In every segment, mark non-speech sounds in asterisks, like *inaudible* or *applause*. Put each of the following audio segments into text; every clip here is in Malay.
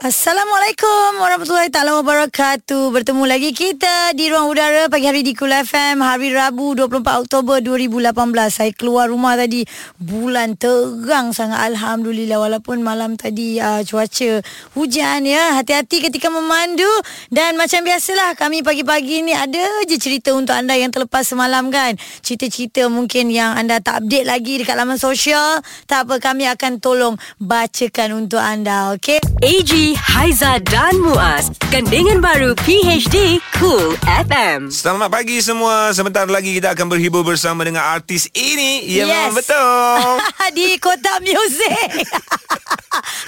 Assalamualaikum warahmatullahi taala wabarakatuh. Bertemu lagi kita di ruang udara pagi hari di Kul FM hari Rabu 24 Oktober 2018. Saya keluar rumah tadi bulan terang sangat alhamdulillah walaupun malam tadi uh, cuaca hujan ya. Hati-hati ketika memandu dan macam biasalah kami pagi-pagi ni ada je cerita untuk anda yang terlepas semalam kan. Cerita-cerita mungkin yang anda tak update lagi dekat laman sosial, tak apa kami akan tolong bacakan untuk anda. Okey. AG, Haiza dan Muaz. Gandingan baru PHD Cool FM. Selamat pagi semua. Sebentar lagi kita akan berhibur bersama dengan artis ini. Ya, Yes. memang betul. *laughs* di Kota Music. *laughs*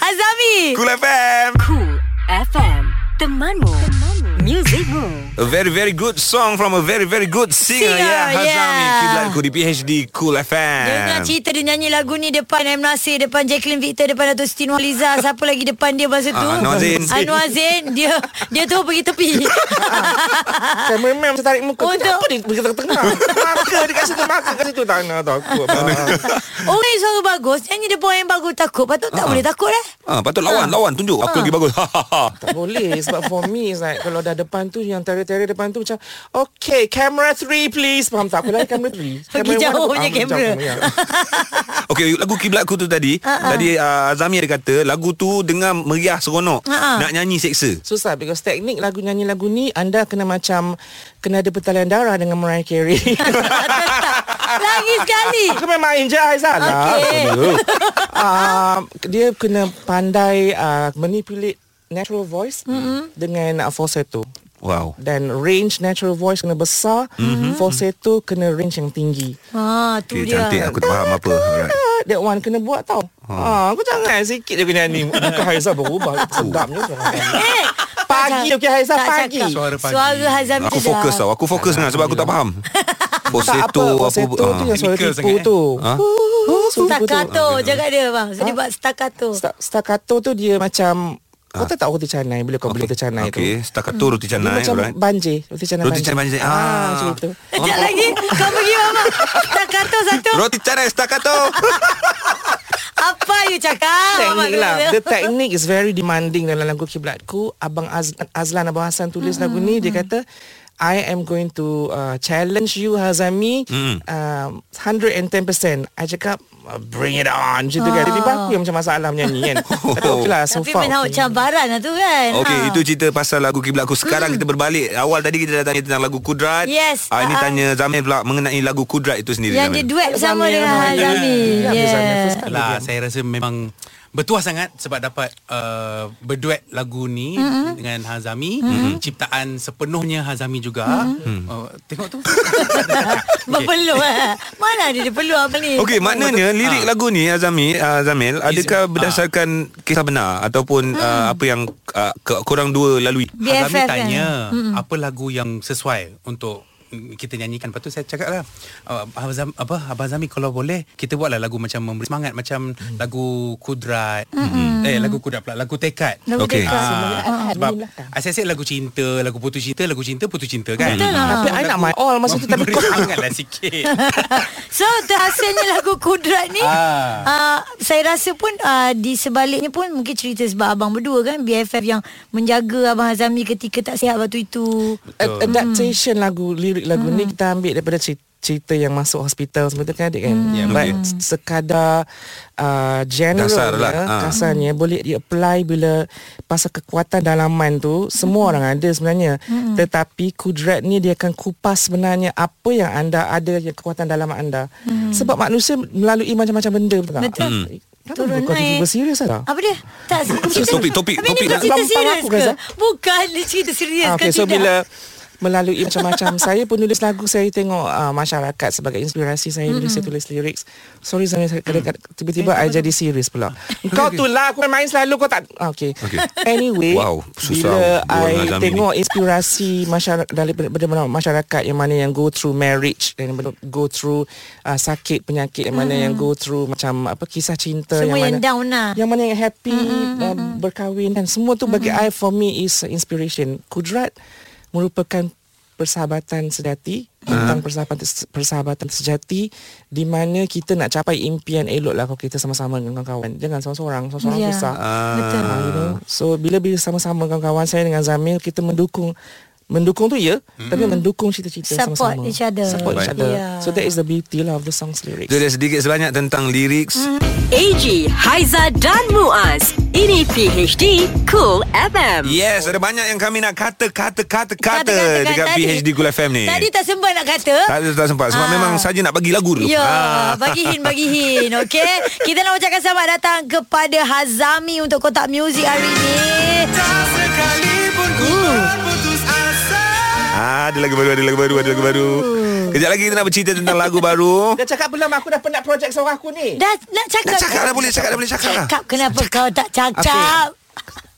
Azami. cool FM. Cool FM. Temanmu, muzikmu. A very very good song from a very very good singer. Singer, ya, Hazami yeah. Kiblatku di PHD Cool Dia nak FM. cerita dia nyanyi lagu ni depan M. Nasir, depan Jacqueline Victor, depan Dato' Siti Nurhaliza. Siapa lagi depan dia masa tu? Ah, Anwar Zain. Anwar Zain. Dia, dia tu pergi *laughs* tepi. Saya memang saya tarik *laughs* muka. Untuk- Apa dia pergi tengah-tengah? Maka dekat situ, maka dekat situ. Tak nak takut. Ah. Orang yang oh, suara bagus, nyanyi depan orang yang bagus takut. Patut tak boleh takut eh. Ah, patut lawan, lawan tunjuk. Ah. Aku lagi bagus. Ha, *laughs* tak boleh. Sebab for me, it's like, kalau dah depan tu, yang tarik-tarik depan tu macam, okay, camera three please. Faham tak? Apa lagi camera three? Pergi Camera jauh one apa? punya Ah, pergi kamera. jauh, ya. Okey, lagu Kiblatku tu tadi. Ah, Tadi uh, Azami ada kata lagu tu dengar meriah seronok. Ah, ah. Nak nyanyi seksa. Susah because teknik lagu nyanyi lagu ni anda kena macam kena ada pertalian darah dengan Mariah Carey. Lagi sekali. *laughs* Aku memang enjoy Aizah lah. Okey. uh, dia kena pandai uh, manipulate natural voice mm-hmm. dengan uh, falsetto. Wow. Dan range natural voice kena besar mm-hmm. Falsetto kena range yang tinggi Ah, tu Okey, dia. cantik. Aku tak faham apa. Alright. Ah, That one kena buat tau ha. Aku jangan sikit je kena ni Muka Haizah berubah Sedapnya *laughs* Eh, Pagi okey Haizah tak pagi cakap. Tak Suara pagi. Suara Hazami tu Aku dah. fokus tau. Aku fokus sangat sebab aku tak *laughs* faham. apa Boseto apa Falsetto ah. tu yang suara Technical tipu sangat, eh? tu Ah. Suara tipu tu. Staccato jaga dia bang. So, dia buat staccato. Sta- Staccato tu dia macam Kau tahu tak roti canai Bila kau beli roti canai Ah. tu Okey, staccato roti Dia canai, macam alright. banjir Roti canai Roti canai banjir. Ah. Macam itu Sekejap lagi Kau pergi mama Staccato satu Roti canai *laughs* staccato. Apa you cakap Mamat Teknik dulu lah tu? *laughs* The technique is very demanding Dalam lagu Kiblatku Abang Azlan, Azlan Abang Hasan tulis lagu ni Dia kata I am going to uh, challenge you Hazami mm. um, 110% I cakap Bring it on Macam tu kan Jadi aku yang macam masalah menyanyi kan Tapi okey lah Oh. so Tapi far main awak okey. cabaran lah tu kan Okey, Ha. itu cerita pasal lagu Kiblat Aku. Sekarang Hmm. kita berbalik. Awal tadi kita dah tanya tentang lagu Kudrat. Yes. Ah, Ah, ini uh-uh. ah. tanya Zamir pula mengenai lagu Kudrat itu sendiri. Yang dia Zamir. duet bersama Azami, dengan Azami. Hazami Ya, Azami, Yeah first time. lah saya rasa memang bertuah sangat sebab dapat uh, berduet lagu ni mm-hmm. dengan Hazami mm-hmm. ciptaan sepenuhnya Hazami juga mm-hmm. uh, tengok *laughs* tu Berpeluh eh. Mana ada dia peluh apa ni Okey, maknanya lirik Ah. lagu ni Azami, uh, Zamil, adakah berdasarkan kisah benar ataupun ah, Hmm. apa yang ah, ke- korang dua lalui? Hazami BFF kan? tanya apa lagu yang sesuai untuk mm, kita nyanyikan Lepas tu saya cakap lah uh, Abang, Zam, apa, Abang Zami kalau boleh Kita buatlah lagu macam Memberi semangat Macam hmm. lagu Kudrat hmm. Eh lagu Kudrat pula Lagu Tekad Lagu Okey. dekat. Ah, sebab lah kan? asyik-asyik lagu cinta, lagu putus cinta, lagu cinta putus cinta kan. Betul lah. Tapi I nak my all Masa tu tapi kau hangatlah sikit. So terhasilnya lagu Kudrat ni ah. uh, Saya rasa pun uh, Di sebaliknya pun Mungkin cerita sebab abang berdua kan BFF yang Menjaga abang Hazami ketika tak sihat waktu itu Ad- adaptation lagu lirik lagu ni kita ambil daripada cerita cerita yang masuk hospital semua tu kan adik kan Ya, but betul. s- sekadar uh, general Kasar lah, ya, ha. kasarnya boleh di apply bila pasal kekuatan dalaman tu semua orang ada sebenarnya tetapi kudrat ni dia akan kupas sebenarnya apa yang anda ada yang kekuatan dalaman anda sebab manusia melalui macam-macam benda betul tak Eh, Betul. Mm. Kenapa kau tiba-tiba serius lah Apa dia? *laughs* Tak cerita- Topik, lah. topik, Tapi ni topik. bukan cerita Lampau serius aku, ke? Razak. Bukan ni cerita serius Ah, ke Okay, so tidak? bila melalui macam-macam. *laughs* saya penulis lagu, saya tengok uh, masyarakat sebagai inspirasi saya bila saya tulis lyrics. Sorry Mm. Zamil, saya kadang-kadang tiba-tiba I jadi serius *laughs* pula. Kau tu lah, aku main selalu kau tak... Ah, Okay. Okay. Anyway, Wow, susah bila berbual dengan I Zamil ni. tengok tengok inspirasi masyarakat daripada mana masyarakat yang mana yang go through marriage dan yang go through uh, sakit penyakit yang mana yang go through macam apa kisah cinta Semua yang yang, mana Ya, down lah. yang mana yang happy uh, berkahwin dan semua tu bagi I for me is inspiration kudrat merupakan persahabatan sejati Ah. tentang persahabatan persahabatan sejati di mana kita nak capai impian elok lah kalau kita sama-sama dengan kawan jangan seorang-seorang seorang-seorang Ya. susah Betul. Ah, you know. So bila bila sama-sama kawan-kawan saya dengan Zamil kita mendukung mendukung tu ya mm. tapi mendukung cita-cita Support sama-sama. each other. Ya. Support each Baik. other. Yeah. So that is the beauty lah of the song's lyrics. Itu dia sedikit sebanyak tentang lyrics AG, Haiza dan Muaz. Ini PHD Cool FM. Yes, ada banyak yang kami nak Kata-kata kata-kata-kata kan dekat tadi. PHD Cool FM ni. Tadi tak sempat nak kata. tak, tak sempat sebab Ah. memang saja nak bagi lagu dulu. Ya, Ah. bagi hin, bagi *laughs* hin. Okey. Kita nak ucapkan selamat datang kepada Hazami untuk kotak muzik hari ini. Ah, ada lagu baru, ada lagu baru, ada lagu baru. Kejap lagi kita nak bercerita tentang lagu *laughs* baru. Dah cakap belum aku dah penat projek seorang aku ni. Dah nak cakap. Nak cakap dah boleh, cakap dah boleh, cakap dah. Cakap kenapa kau tak cakap?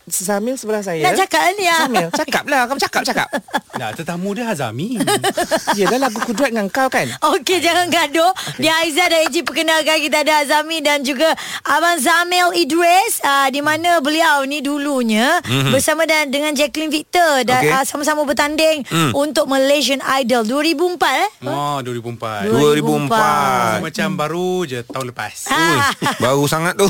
Zamil sebelah saya. Nak cakap lah ni ah. Zamil, cakap lah. Kamu cakap, *laughs* cakap. Nah, tetamu dia Hazami. Yelah lagu kudrat dengan kau kan. Okey jangan gaduh okay. Dia Aizah dan Eji perkenalkan Kita ada Azami dan juga Abang Zamil Idris uh, Di mana Hmm. beliau ni dulunya mm-hmm. Bersama dan, dengan Jacqueline Victor dan, Okey. Hmm. okay. uh, Sama-sama bertanding mm. Untuk Malaysian Idol 2004 eh Oh, 2004. 2004. Ah, Macam baru je tahun lepas. Ui, Ah, *laughs* baru sangat *laughs* tu.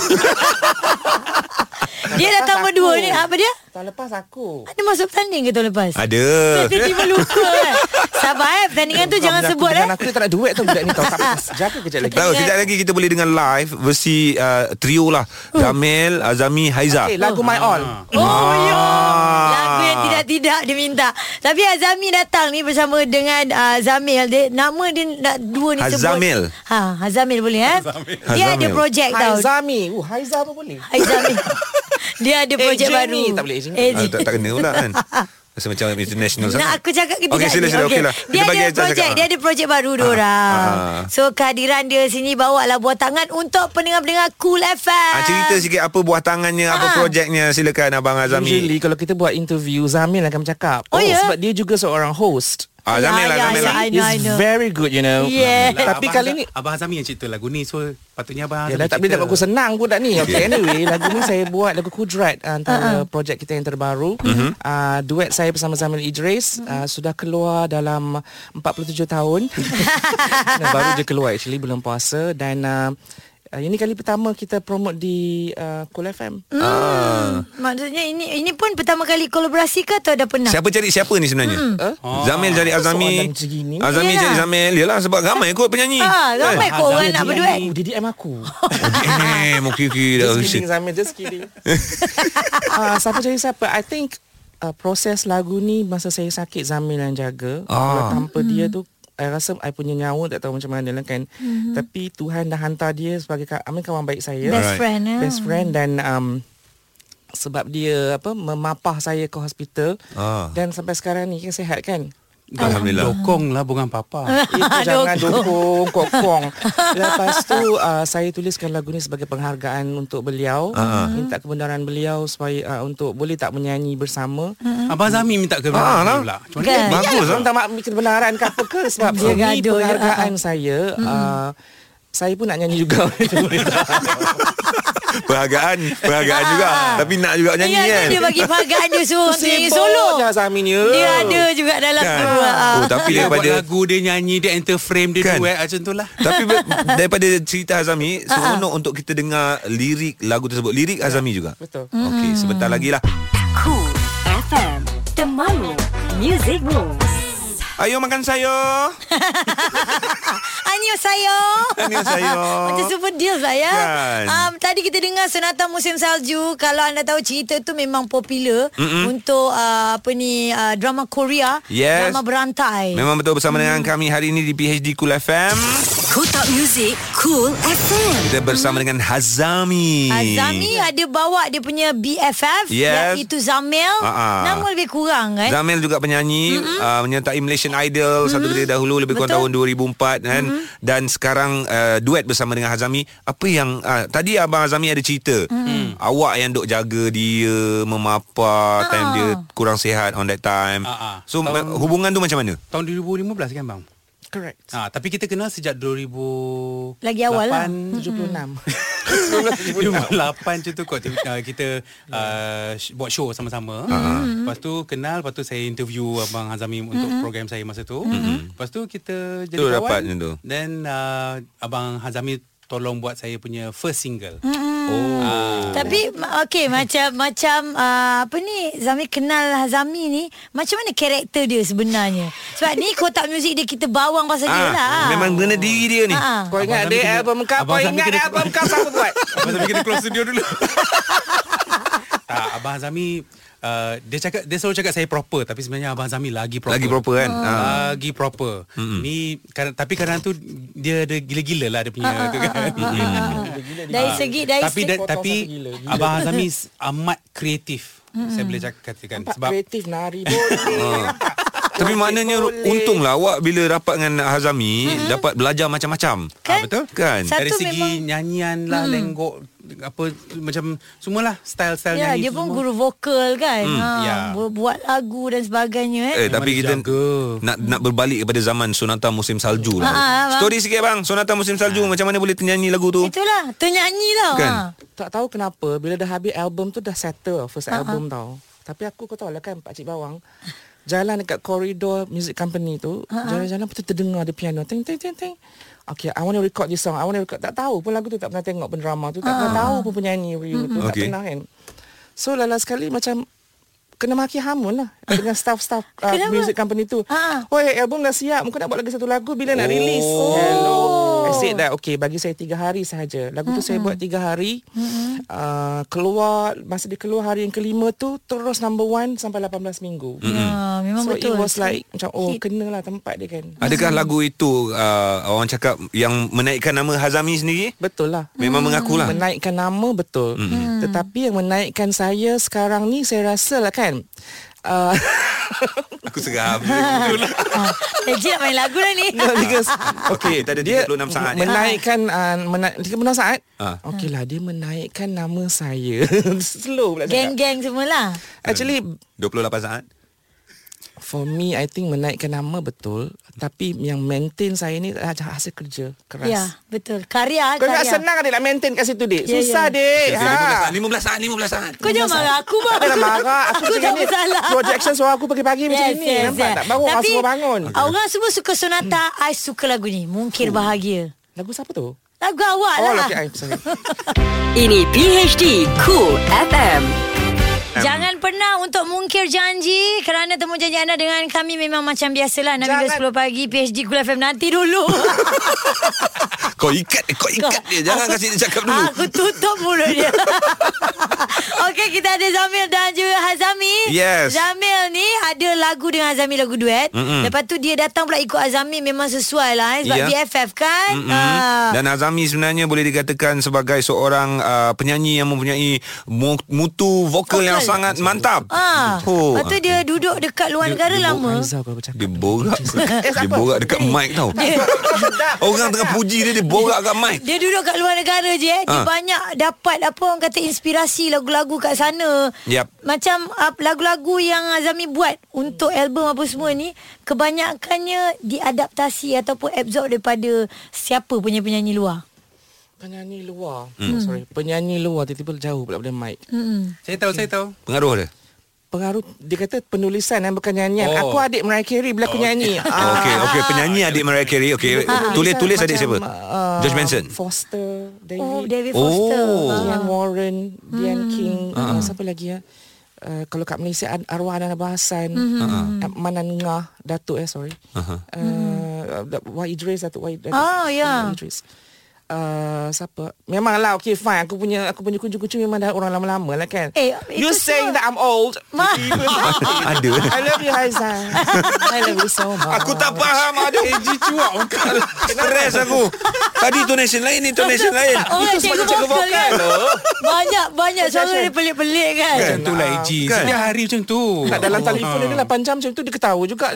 dia *laughs* datang Aku. berdua ni Apa dia? Tahun lepas aku. Ada masuk pertanding ke tahun lepas? ada. Tiba-tiba lupa eh. Sabar eh Pertandingan tu jangan Dengan sebut aku, eh dengan aku dia tak nak duet tu budak ni tau. Tak apa, *laughs* Jaga kejap lagi. Tahu kejap lagi kita boleh dengar live versi uh, trio lah. Jamil, Azami, Haiza. Okay, Eh, lagu My All. Oh ya Ah. Lagu yang tidak-tidak dia minta Tapi Azami datang ni bersama dengan uh, Zamil dia, Nama dia nak dua ni sebut Hazamil. ha, Hazamil boleh eh Hazamil. Dia ada Hazamil. projek tau Hai Zami. Uh, Hai Zami boleh. *laughs* Hazamil Dia ada projek Agent baru Eh, ni, Eh, tak boleh agent. Ah, tak, tak kena pula kan. Rasa macam international Nak sangat. aku cakap ke Okey, tidak ni? sila, sila. Okey lah. Dia Kita bagi ada Aizah projek cakap. Dia ada projek baru ah. diorang ah. So kehadiran dia sini Bawa lah buah tangan Untuk pendengar-pendengar Cool FM Ah, cerita sikit apa buah tangannya, apa Ah. projeknya. Silakan Abang Azami. Usually kalau kita buat interview Zamil akan bercakap Oh, ya? Sebab dia juga seorang host Ah, Ya, Zamil lah, ya, Zamil ya, lah. I know, I He's know. very good you know Yeah. Yelah, Tapi Abang kali Hazam- ni Abang Hazami yang cipta lagu ni So patutnya Abang Hazami Yalah, tak boleh cipta. dapat aku senang budak ni Okay anyway Lagu ni saya buat Lagu Kudrat Antara uh-huh. projek kita yang terbaru uh-huh. uh, Duet saya bersama Zamil Idris uh, Sudah keluar dalam 47 tahun nah, Baru je keluar actually Belum puasa Dan uh, uh, ini kali pertama kita promote di uh, Cool FM Hmm. Maksudnya ini ini pun pertama kali kolaborasi ke atau dah pernah? Siapa cari siapa ni sebenarnya? Ah. Zamil cari Azami. Soalan Eh? macam gini. Azami Hmm. Yelah. cari Zamil. Yalah sebab ramai kot penyanyi. Ah, ramai Kan? kot orang nak Dia berduet. DM aku, Dia DM aku Eh, mungkin kira. Just kidding Zamir Just *laughs* kidding uh, Siapa jadi siapa I think uh, Proses lagu ni Masa saya sakit Zamir yang jaga Kalau Ah. tanpa dia tu I rasa I punya nyawa Tak tahu macam mana lah kan Tapi Tuhan dah hantar dia Sebagai ka- I mean, kawan baik saya Best Alright. friend eh? Best friend ya. Dan um, Sebab dia apa Memapah saya ke hospital Ah. Dan sampai sekarang ni kan Sehat kan Alhamdulillah. Dokong lah bukan *laughs* papa itu jangan dukung kokong. Lepas tu uh, saya tuliskan lagu ni sebagai penghargaan untuk beliau, Ah, uh-huh. minta kebenaran beliau supaya uh, untuk boleh tak menyanyi bersama. Uh-huh. Abang Zami minta ke Ah, Abang lah. Hazami pula Macam mana? Kan? Bagus lah. ah. minta maaf kebenaran ke apa ke sebab Dia dia ni gaduh ya. Hmm. je. penghargaan saya. Uh, saya pun nak nyanyi *laughs* juga. Perhargaan Perhargaan juga Tapi nak juga nyanyi Ah. Ya, kan dia bagi penghargaan dia suruh *laughs* orang nyanyi solo. Sibuk dah Zamin ya. Dia ada juga dalam Kan? tu. ah. Oh tapi Dia buat daripada lagu Dia nyanyi Dia enter frame Dia Kan? duet Macam tu lah Tapi ber- daripada cerita Azami Seronok untuk kita dengar Lirik lagu tersebut Lirik Azami juga Betul. Okey sebentar lagi lah Cool FM. Temanmu. Music Moves. Ayo makan sayur Anio *laughs* sayur. Anio sayur. Macam super deal lah ya. Kan. Um, tadi kita dengar Sonata Musim Salju. Kalau anda tahu cerita tu memang popular Mm-mm. untuk uh, apa ni uh, drama Korea, Yes. drama berantai. Memang betul bersama dengan kami hari ini Di PHD Cool FM Kotak Music Cool FM. Kita bersama dengan Hazami. Azami Ah, ada bawa dia punya BFF Yes. iaitu Zamil. Ah, ah. Nama lebih kurang kan? Zamil juga penyanyi mm-hmm. uh, menyertai Malaysian Idol mm-hmm. satu ketika dahulu lebih kurang Betul. tahun 2004 kan mm-hmm. dan sekarang uh, duet bersama dengan Hazami apa yang uh, tadi abang Hazami ada cerita mm-hmm. awak yang duk jaga dia Ah. memapa time dia kurang sihat on that time Ah, ah. so Tahun- ma- hubungan tu macam mana *laughs* Tahun 2015 kan bang? Correct. Ha, tapi kita kenal sejak 2000 Lagi awal lah. 76. 2008 macam tu kot uh, Kita uh, sh- buat show sama-sama Ah. uh-huh. Lepas tu kenal Lepas tu saya interview Abang Hazami Untuk Mm-hmm. program saya masa tu Lepas tu kita jadi Mm-hmm. Tu kawan dapat macam tu. Then uh, Abang Hazami tolong buat saya punya first single Mm. Hmm. Oh, Ah. Tapi ma- okey macam macam uh, apa ni Zami kenal Hazami ni macam mana karakter dia sebenarnya? Sebab ni kotak muzik dia kita bawang pasal dia lah. Ah, memang kena diri dia ni Ah. Kau ingat Abang Zami kena- dia album kau Abang Kau Zami ingat kena- album kau siapa buat Abang Zami kena keluar studio *laughs* dulu Tak, Abang Hazami uh, Dia cakap Dia selalu cakap saya proper Tapi sebenarnya Abang Hazami lagi proper lagi proper kan Ah. ha. Lagi proper mm-hmm. Ni kan, Tapi kadang tu Dia ada gila-gila lah Dia punya Ah, tu kan Ah. Dari segi dari tapi segi dan, tapi gila, gila. Abang Azami s- amat kreatif. Saya boleh cakap katakan Sebab sebab kreatif nari boleh Tapi maknanya boleh. untunglah awak bila rapat dengan Hazami dapat belajar macam-macam. Kan? betul? Kan? Satu dari segi memang- nyanyian lah, lenggok apa macam semualah style-style Ya, dia nyanyi tu pun semua. guru vokal kan. Hmm, ha, ya. bu- buat lagu dan sebagainya eh. Eh, Memang tapi kita dijaga. nak nak berbalik kepada zaman Sonata Musim Salju lah. Ah, ah, abang. Story sikit bang, Sonata Musim Salju macam mana boleh nyanyi lagu tu? Itulah, ternyanyi tau. Kan? Ha. Tak tahu kenapa Bila dah habis album tu Dah settle lah First album tau Tapi aku kau tahu lah kan Pakcik Bawang Jalan dekat koridor Music company tu Jalan-jalan Lepas tu terdengar Ada piano Ting ting ting ting Okay I want to record this song I want to record Tak tahu pun lagu tu Tak pernah tengok pun drama tu Tak pernah tahu pun penyanyi Ryu tu Tak Okay. pernah kan So lala sekali macam Kena maki hamun lah *laughs* Dengan staff-staff uh, Kenapa? Music company tu Ah. Oh. Oh album dah siap Kau nak buat lagi satu lagu Bila nak release Hello I said that Okay bagi saya tiga hari sahaja Lagu tu saya buat tiga hari uh, Keluar Masa dia keluar hari yang kelima tu Terus number one Sampai 18 minggu Ya, memang So betul. it was like Macam oh kena lah tempat dia kan Adakah lagu itu uh, orang cakap yang menaikkan nama Hazami sendiri? Betul lah Memang Hmm, mengakulah. Menaikkan nama betul hmm. Tetapi yang menaikkan saya sekarang ni Saya rasa lah kan uh, Aku seram. *laughs* ha. Legit nak main lagu dah ni. No, because Okey, tak ada 36 saat ni. Menaikkan uh, mena- 36 saat Ah. uh. Okeylah Dia menaikkan nama saya *laughs* Slow pula cakap Geng-geng semua lah. Actually 28 saat. For me I think menaikkan nama betul Tapi yang maintain saya ni ah, Hasil kerja Keras Ya, betul. Karya, Kau ingat karya. senang adik nak maintain kat situ dik Ya, Susah ya. dik Eh, ha. 15 saat, 15 saat, 15 saat. Kau jangan marah aku bang. Takkanlah marah Aku, Aku macam tak ni bersalah. Projection suara aku pagi-pagi macam ni Nampak tak Baru orang Tapi, suruh bangun Orang semua suka sonata. I suka lagu ni. Mungkin bahagia. Lagu siapa tu? Lagu awak Oh, lah. okay, I'm sorry. Ini PHD Cool FM. Jangan pernah untuk mungkir janji kerana temu janji anda dengan kami memang macam biasalah 6 hingga 10 pagi PHD Kul FM nanti dulu. Kau ikat, kau ikat dia. Jangan Aku- kasih dia cakap dulu. Aku tutup mulut dia. Okey, kita ada Zamil dan juga Hazami. Yes. Zamil ni ada lagu dengan Hazami lagu duet. Mm-mm. Lepas tu dia datang pula ikut Hazami memang sesuai lah eh, sebab Ya. yeah. BFF kan. Mm-hmm. Dan Azami sebenarnya boleh dikatakan sebagai seorang uh, penyanyi yang mempunyai mu- mutu Vokal. vokal, yang sangat mantap. Ah. Oh. Lepas tu dia duduk dekat luar negara lama. Aizah kalau bercakap Dia borak Dia siapa? borak dekat mic tau Orang tengah puji dia Dia borak kat mic Dia duduk kat luar negara je eh. Dia Ah. banyak dapat apa orang kata inspirasi lagu-lagu kat sana. Yap. Macam uh, lagu-lagu yang Azami buat untuk album apa semua ni kebanyakannya diadaptasi ataupun absorb daripada siapa punya penyanyi luar. Penyanyi luar Hmm. oh, Sorry Penyanyi luar Tiba-tiba jauh pula daripada mic Hmm. Saya tahu, saya tahu. Pengaruh dia pengaruh dia kata penulisan eh, bukan nyanyian. Oh. Oh. Aku adik Mariah Carey bila aku *laughs* nyanyi. oh, Okay, okay. Penyanyi adik Mariah Carey okay. Ah, Tulis-tulis adik siapa? Uh, George Benson Foster, David, Oh, oh, David Foster. Oh. Ian Warren, Dian King, uh, siapa lagi ya? Uh, kalau kat Malaysia Ad- arwah Adan Abah Hassan, uh-huh. Manan Ngah, Datuk eh sorry. Uh-huh. Uh, Wahid Uh, Idris, Datuk Wahid. Datuk Oh, ya. Wahid Idris. Uh, uh, siapa? Memanglah okay fine aku punya aku punya kunci-kunci memang dah orang lama-lama lah kan. Eh, you itu saying semua- that I'm old. *laughs* Ma- Ada. I love you Haizan. I love you so much. Aku tak faham Aduh AG cuak Bukan Stres aku Tadi tonation lain Ni tonation lain Orang Itu sebab cikgu vokal loh. kan? Banyak Banyak suara dia pelik-pelik kan Macam tu lah AG Kan? Setiap hari macam tu Kat dalam telefon Ah. dia 8 jam macam tu dia ketawa juga.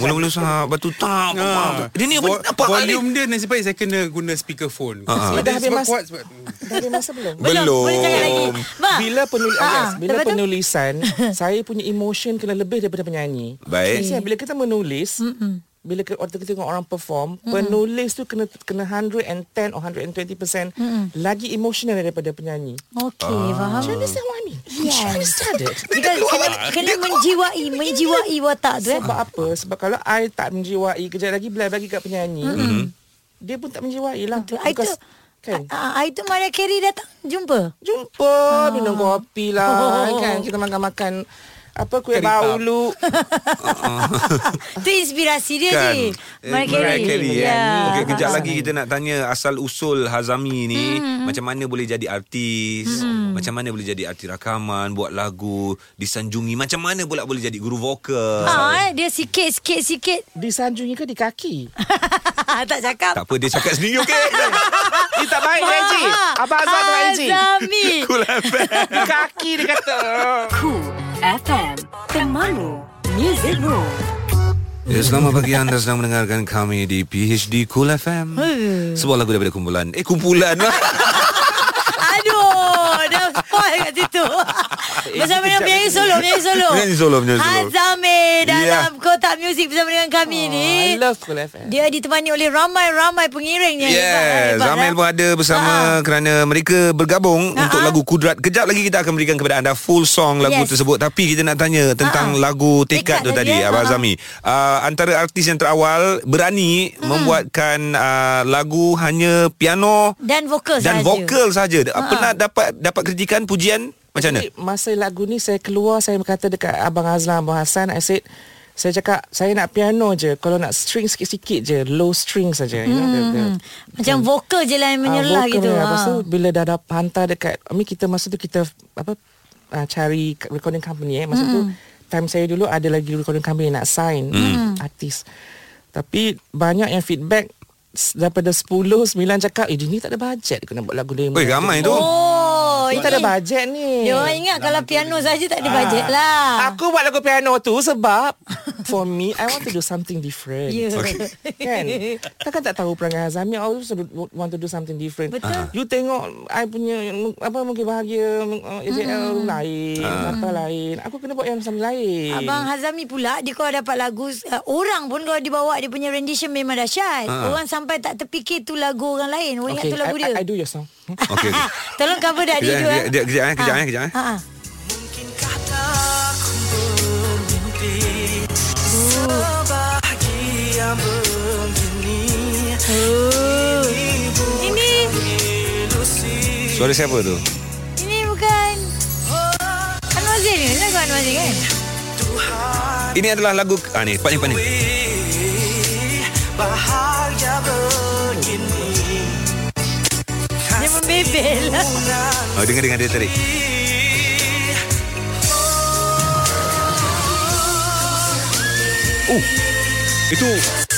Mula-mula sahab Lepas tu tak Ah. Dia ni Vo- apa apa kali? Volume dia Nasib baik saya kena Guna speakerphone Ah, ah. Sebab Dah dia habis sebab masa. kuat sebab- Dah ada masa belum? Belum, Boleh cakap lagi Belum. Mak Bila penul- Ah, ah, yes, bila lepas tu? penulisan *laughs* saya punya emotion kena lebih daripada penyanyi. Baik. Kesian, bila kita menulis Mm-mm. bila ke, waktu kita tengok orang perform mm penulis tu kena kena 110 or 120% mm lagi emotional daripada penyanyi. Okay Ah. faham Do you understand what I mean? Do you Yes understand it? Kita kena, kena menjiwai Menjiwai watak tu eh Sebab apa? Sebab kalau I tak menjiwai kejap lagi bila I bagi kat penyanyi dia pun tak menjiwai lah. Betul. I tu Because- kan? Ah, I tu Mariah Carey datang Jumpa Jumpa ah. Minum kopi lah oh. Kan kita makan-makan Apa kuih Curry puff. baulu Itu inspirasi dia kan je Eh, Mariah Carey Mariah Carey eh. Ya. Okey, kejap lagi kita nak tanya asal usul Hazami ni Hmm, macam mana boleh jadi artis macam mana boleh jadi artis rakaman buat lagu disanjungi macam mana pula boleh jadi guru vokal Ah, eh, dia sikit-sikit-sikit Disanjungi ke di kaki Ah, Tak cakap Ah, tak apa dia cakap sendiri *laughs* okey Ini tak baik AJ Abang Azam dengan AJ *laughs* Azami cool FM Di kaki dia kata Cool FM Temanmu Music Room Ya, selamat pagi anda sedang mendengarkan kami di PHD Cool FM. Sebuah lagu daripada kumpulan. Eh kumpulan lah. Aduh Dah spoil kat *laughs* situ *laughs* Bersama dengan penyanyi solo Penyanyi solo Eh, Penyanyi solo, penyanyi solo. Azami Dalam Ya. Ah, lah. kotak muzik Bersama dengan kami ni Ah, I love Cool FM Dia ditemani oleh ramai-ramai pengiringnya Yes, ya. Zamel pun ada Ha. bersama kerana mereka bergabung untuk lagu Kudrat. Kejap lagi kita akan berikan kepada anda full song lagu Yes. tersebut. Tapi kita nak tanya tentang lagu Tekad Tekad, tu tadi, tadi, eh. Abang Ha. Azami. Uh, antara artis yang terawal berani membuatkan uh, lagu hanya piano Dan vokal sahaja. dan vokal saja. Pernah dapat dapat kritikan, pujian macam mana? Jadi, Masa lagu ni saya keluar Saya berkata dekat Abang Azlam Abang Hasan I said saya cakap saya nak piano je kalau nak string sikit-sikit je low string saja you know the, the, Macam vokal je lah yang menyelah Ah, vokal gitu menyelah. Ah. Lepas tu bila dah dah hantar dekat I mean kita masa tu kita apa uh, cari recording company eh masa mm. tu time saya dulu ada lagi recording company nak sign mm. artis. Tapi banyak yang feedback s- daripada 10 9 cakap eh dia ni tak ada bajet kena buat lagu dia. Oi, ramai tu. Oh Dia ini tak ada bajet Ah. ni. Dia orang ingat kalau piano saja tak ada bajet lah Aku buat lagu piano tu sebab *laughs* for me I want to do something different. Ya. Okay. kan kita kan tak tahu perangai Azami I always do- want to do something different Ah. Betul. you tengok I punya mm, apa mungkin bahagia uh, AJL Hmm. lain apa lain aku kena buat yang sama lain Abang Hazami pula Dia kalau dapat lagu uh, Orang pun kalau dibawa Dia punya rendition memang dahsyat Ah. uh Orang sampai tak terfikir Tu lagu orang lain Orang okay, ingat okay tu lagu I, dia I, I do your song Okey. okey. *laughs* Tolong cover dah dia Kejap, tu eh. kejap, kejap, eh, kejap, Ha. eh, kejap, eh. Ha, ha. Oh. Ini Suara siapa tu? Ini bukan Anwar Zain ni Lagu Anwar Zain kan Ini adalah lagu ah ni, part ni, part ni. Dia membebel Oh, dengar dengar dia tarik. Oh. Itu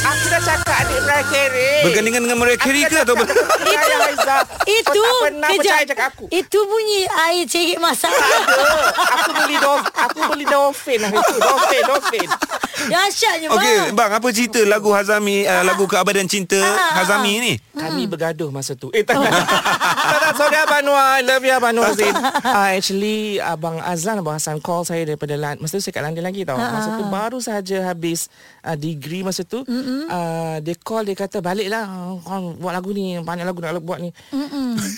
aku dah cakap adik Mariah Eh, Carey bergandingan dengan Mariah Carey ke atau ber- itu Itu tak pernah kejap. percaya cakap aku Itu bunyi air cerit masak aku beli dof aku beli dolphin hari tu dolphin dolphin *laughs* Dahsyatnya bang Okey, bang, apa cerita lagu Hazami Ah. uh, lagu Keabadian Cinta Hazami ni? Kami bergaduh masa tu. Eh tak. tak, tak sorry Abang Noah. I love you Abang Noah Zain. Uh, actually Abang Azlan Abang Hasan call saya daripada London. Masa tu saya kat London lagi tau. Masa tu baru saja habis uh, degree masa tu. Uh, dia call dia kata baliklah kau buat lagu ni. Banyak lagu nak buat ni.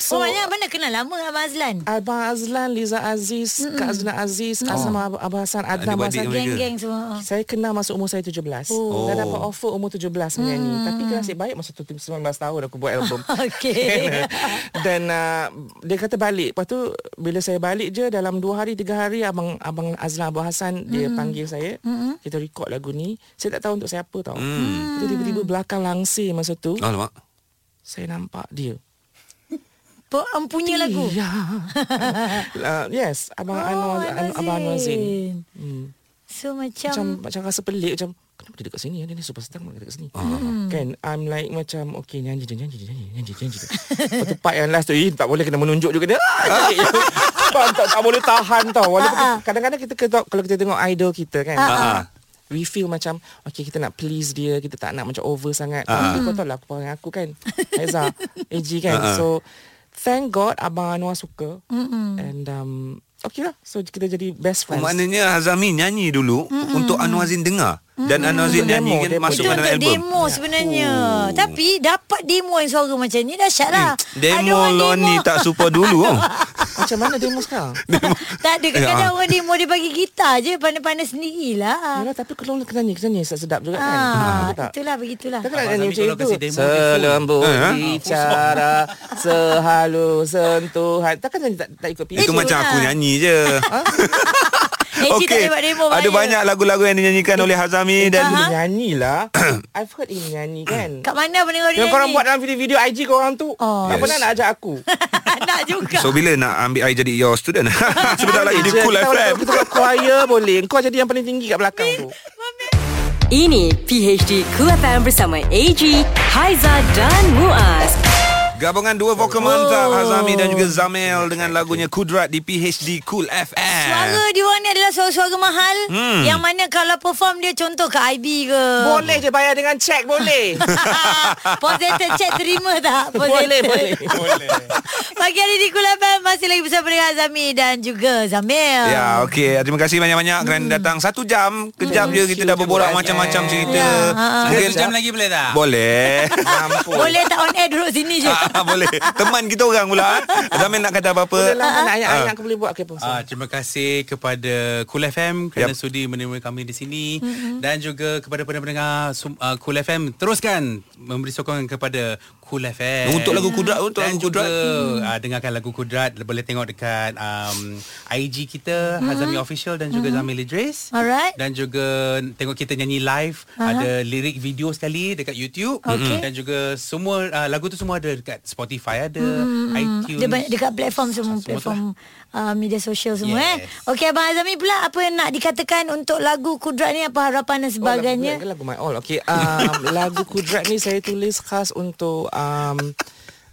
So, oh maknanya abang dah kenal lama Abang Azlan Abang Azlan, Liza Aziz, Kak Azlan Aziz, Azlan Ab- Abang Hasan, Adnan Abang Adik-beradik Hasan. mereka. Geng-geng semua Saya kenal masa umur saya 17 oh. Dah dapat offer umur 17 menyanyi Tapi nasib baik masa tu 19 tahun aku buat album Okay *laughs* Dan uh, dia kata balik. Lepas tu bila saya balik je dalam dua hari tiga hari abang abang Azlan Abu Hasan dia panggil saya. Kita record lagu ni. Saya tak tahu untuk Ah, siapa tau. Mm. Tiba-tiba belakang langsir masa tu Alamak. saya nampak dia. Pe- Empunya lagu. Ya. uh, yes, abang Anwar An- abang Anwar Zain. Hmm. So macam, Macam macam rasa pelik macam kenapa dia dekat sini? Dia ni superstar kenapa dia dekat Ah. sini. Kan I'm like macam okay nyanyi je nyanyi je nyanyi nyanyi je, nyanyi. je. Lepas tu part yang last tu eh, tak boleh kena menunjuk juga dia. Ah, nyanyi. Faham tak, tak boleh tahan tau. Walaupun kadang-kadang kita kena- kalau kita tengok idol kita kan. ah. We feel macam Okay kita nak please dia Kita tak nak macam over sangat Ah, Tapi kau tahu lah Kau dengan aku kan Aiza AG kan Ah, So Thank God Abang Anwar suka And um, Okay lah So kita jadi best Oh, friends maknanya Hazami nyanyi dulu mm untuk Anwar Zin dengar dan Anwar Zin Untuk nyanyi demo, kan demo. masuk itu dalam untuk album. Oh. demo sebenarnya. Tapi dapat demo yang suara macam ni dahsyat lah. Ada Hmm. Demo orang Loni demo. tak super dulu. oh. Macam mana demo sekarang *laughs* tak ada kadang-kadang Ya. orang demo dia bagi gitar je pandai-pandai sendirilah. Yalah tapi kalau kena nyanyi Kena nyanyi sedap juga kan Ah, Ya, Betul tak? itulah begitulah. Takkan kan nak Abang nyanyi Zami macam kalau itu kasi demo, Selembut dia full. bicara Sehalus sentuhan Takkan nyanyi tak, tak ikut Itu PH macam aku lah. nyanyi je. *laughs* Oh, Eh, cik tak dapat demo bahaya. Ada banyak lagu-lagu yang dinyanyikan oleh Hazami dan Dia nyanyi lah I've heard him nyanyi kan Kat mana benda kau Yang korang buat dalam video-video IG korang tu Oh. Tak Yes. pernah nak ajak aku *laughs* Nak juga. So bila nak ambil I jadi your student *laughs* Sebentar lagi di Kita Eh, Cool lah, orang FM Kita buat choir boleh Kau jadi yang paling tinggi kat belakang tu Ini PHD Cool FM bersama AG, Haiza dan Muaz. Gabungan dua vokal mantap Hazami dan juga Zamel Dengan lagunya Kudrat di PHD Cool FM Suara diorang ni adalah suara-suara mahal hmm. Yang mana kalau perform dia contoh ke IB ke *laughs* Boleh je bayar dengan cek boleh Positif check terima tak? Boleh boleh *laughs* Pagi hari di Kulapan masih lagi bersama dengan Azami dan juga Zamil Ya, okey. Terima kasih banyak-banyak kerana datang. Satu jam, kejap je kita dah Terima berborak kasih. macam-macam cerita. Ya, Mungkin Mungkin jam lagi boleh tak? Ah. boleh. Mampu Boleh tak on air duduk sini je? Ah, boleh. Teman kita orang pula. eh. Zamil nak kata apa-apa. Boleh lah Nak ayat-ayat aku boleh buat ke apa Ah, terima kasih kepada Cool FM Yap. kerana yep. sudi menerima kami di sini mm-hmm. dan juga kepada pendengar sum- ah, Cool FM teruskan memberi sokongan kepada Cool FM. Untuk lagu Kudrat, untuk dan lagu juga, Kudrat. ah, dengarkan lagu Kudrat boleh tengok dekat um, IG kita mm-hmm. Hazami Official dan juga mm-hmm. Zamil Idris. Alright. Dan juga tengok kita nyanyi live ada lirik video sekali dekat YouTube Okey. dan juga semua ah, lagu tu semua ada dekat Spotify ada iTunes. Dia banyak dekat platform semua, Semua tu Platform uh, media sosial semua Yes. eh Okey Abang Azami pula Apa yang nak dikatakan Untuk lagu Kudrat ni Apa harapan dan sebagainya Oh, lagu, lagu My All. Okey, *laughs* um, lagu Kudrat ni saya tulis khas untuk um,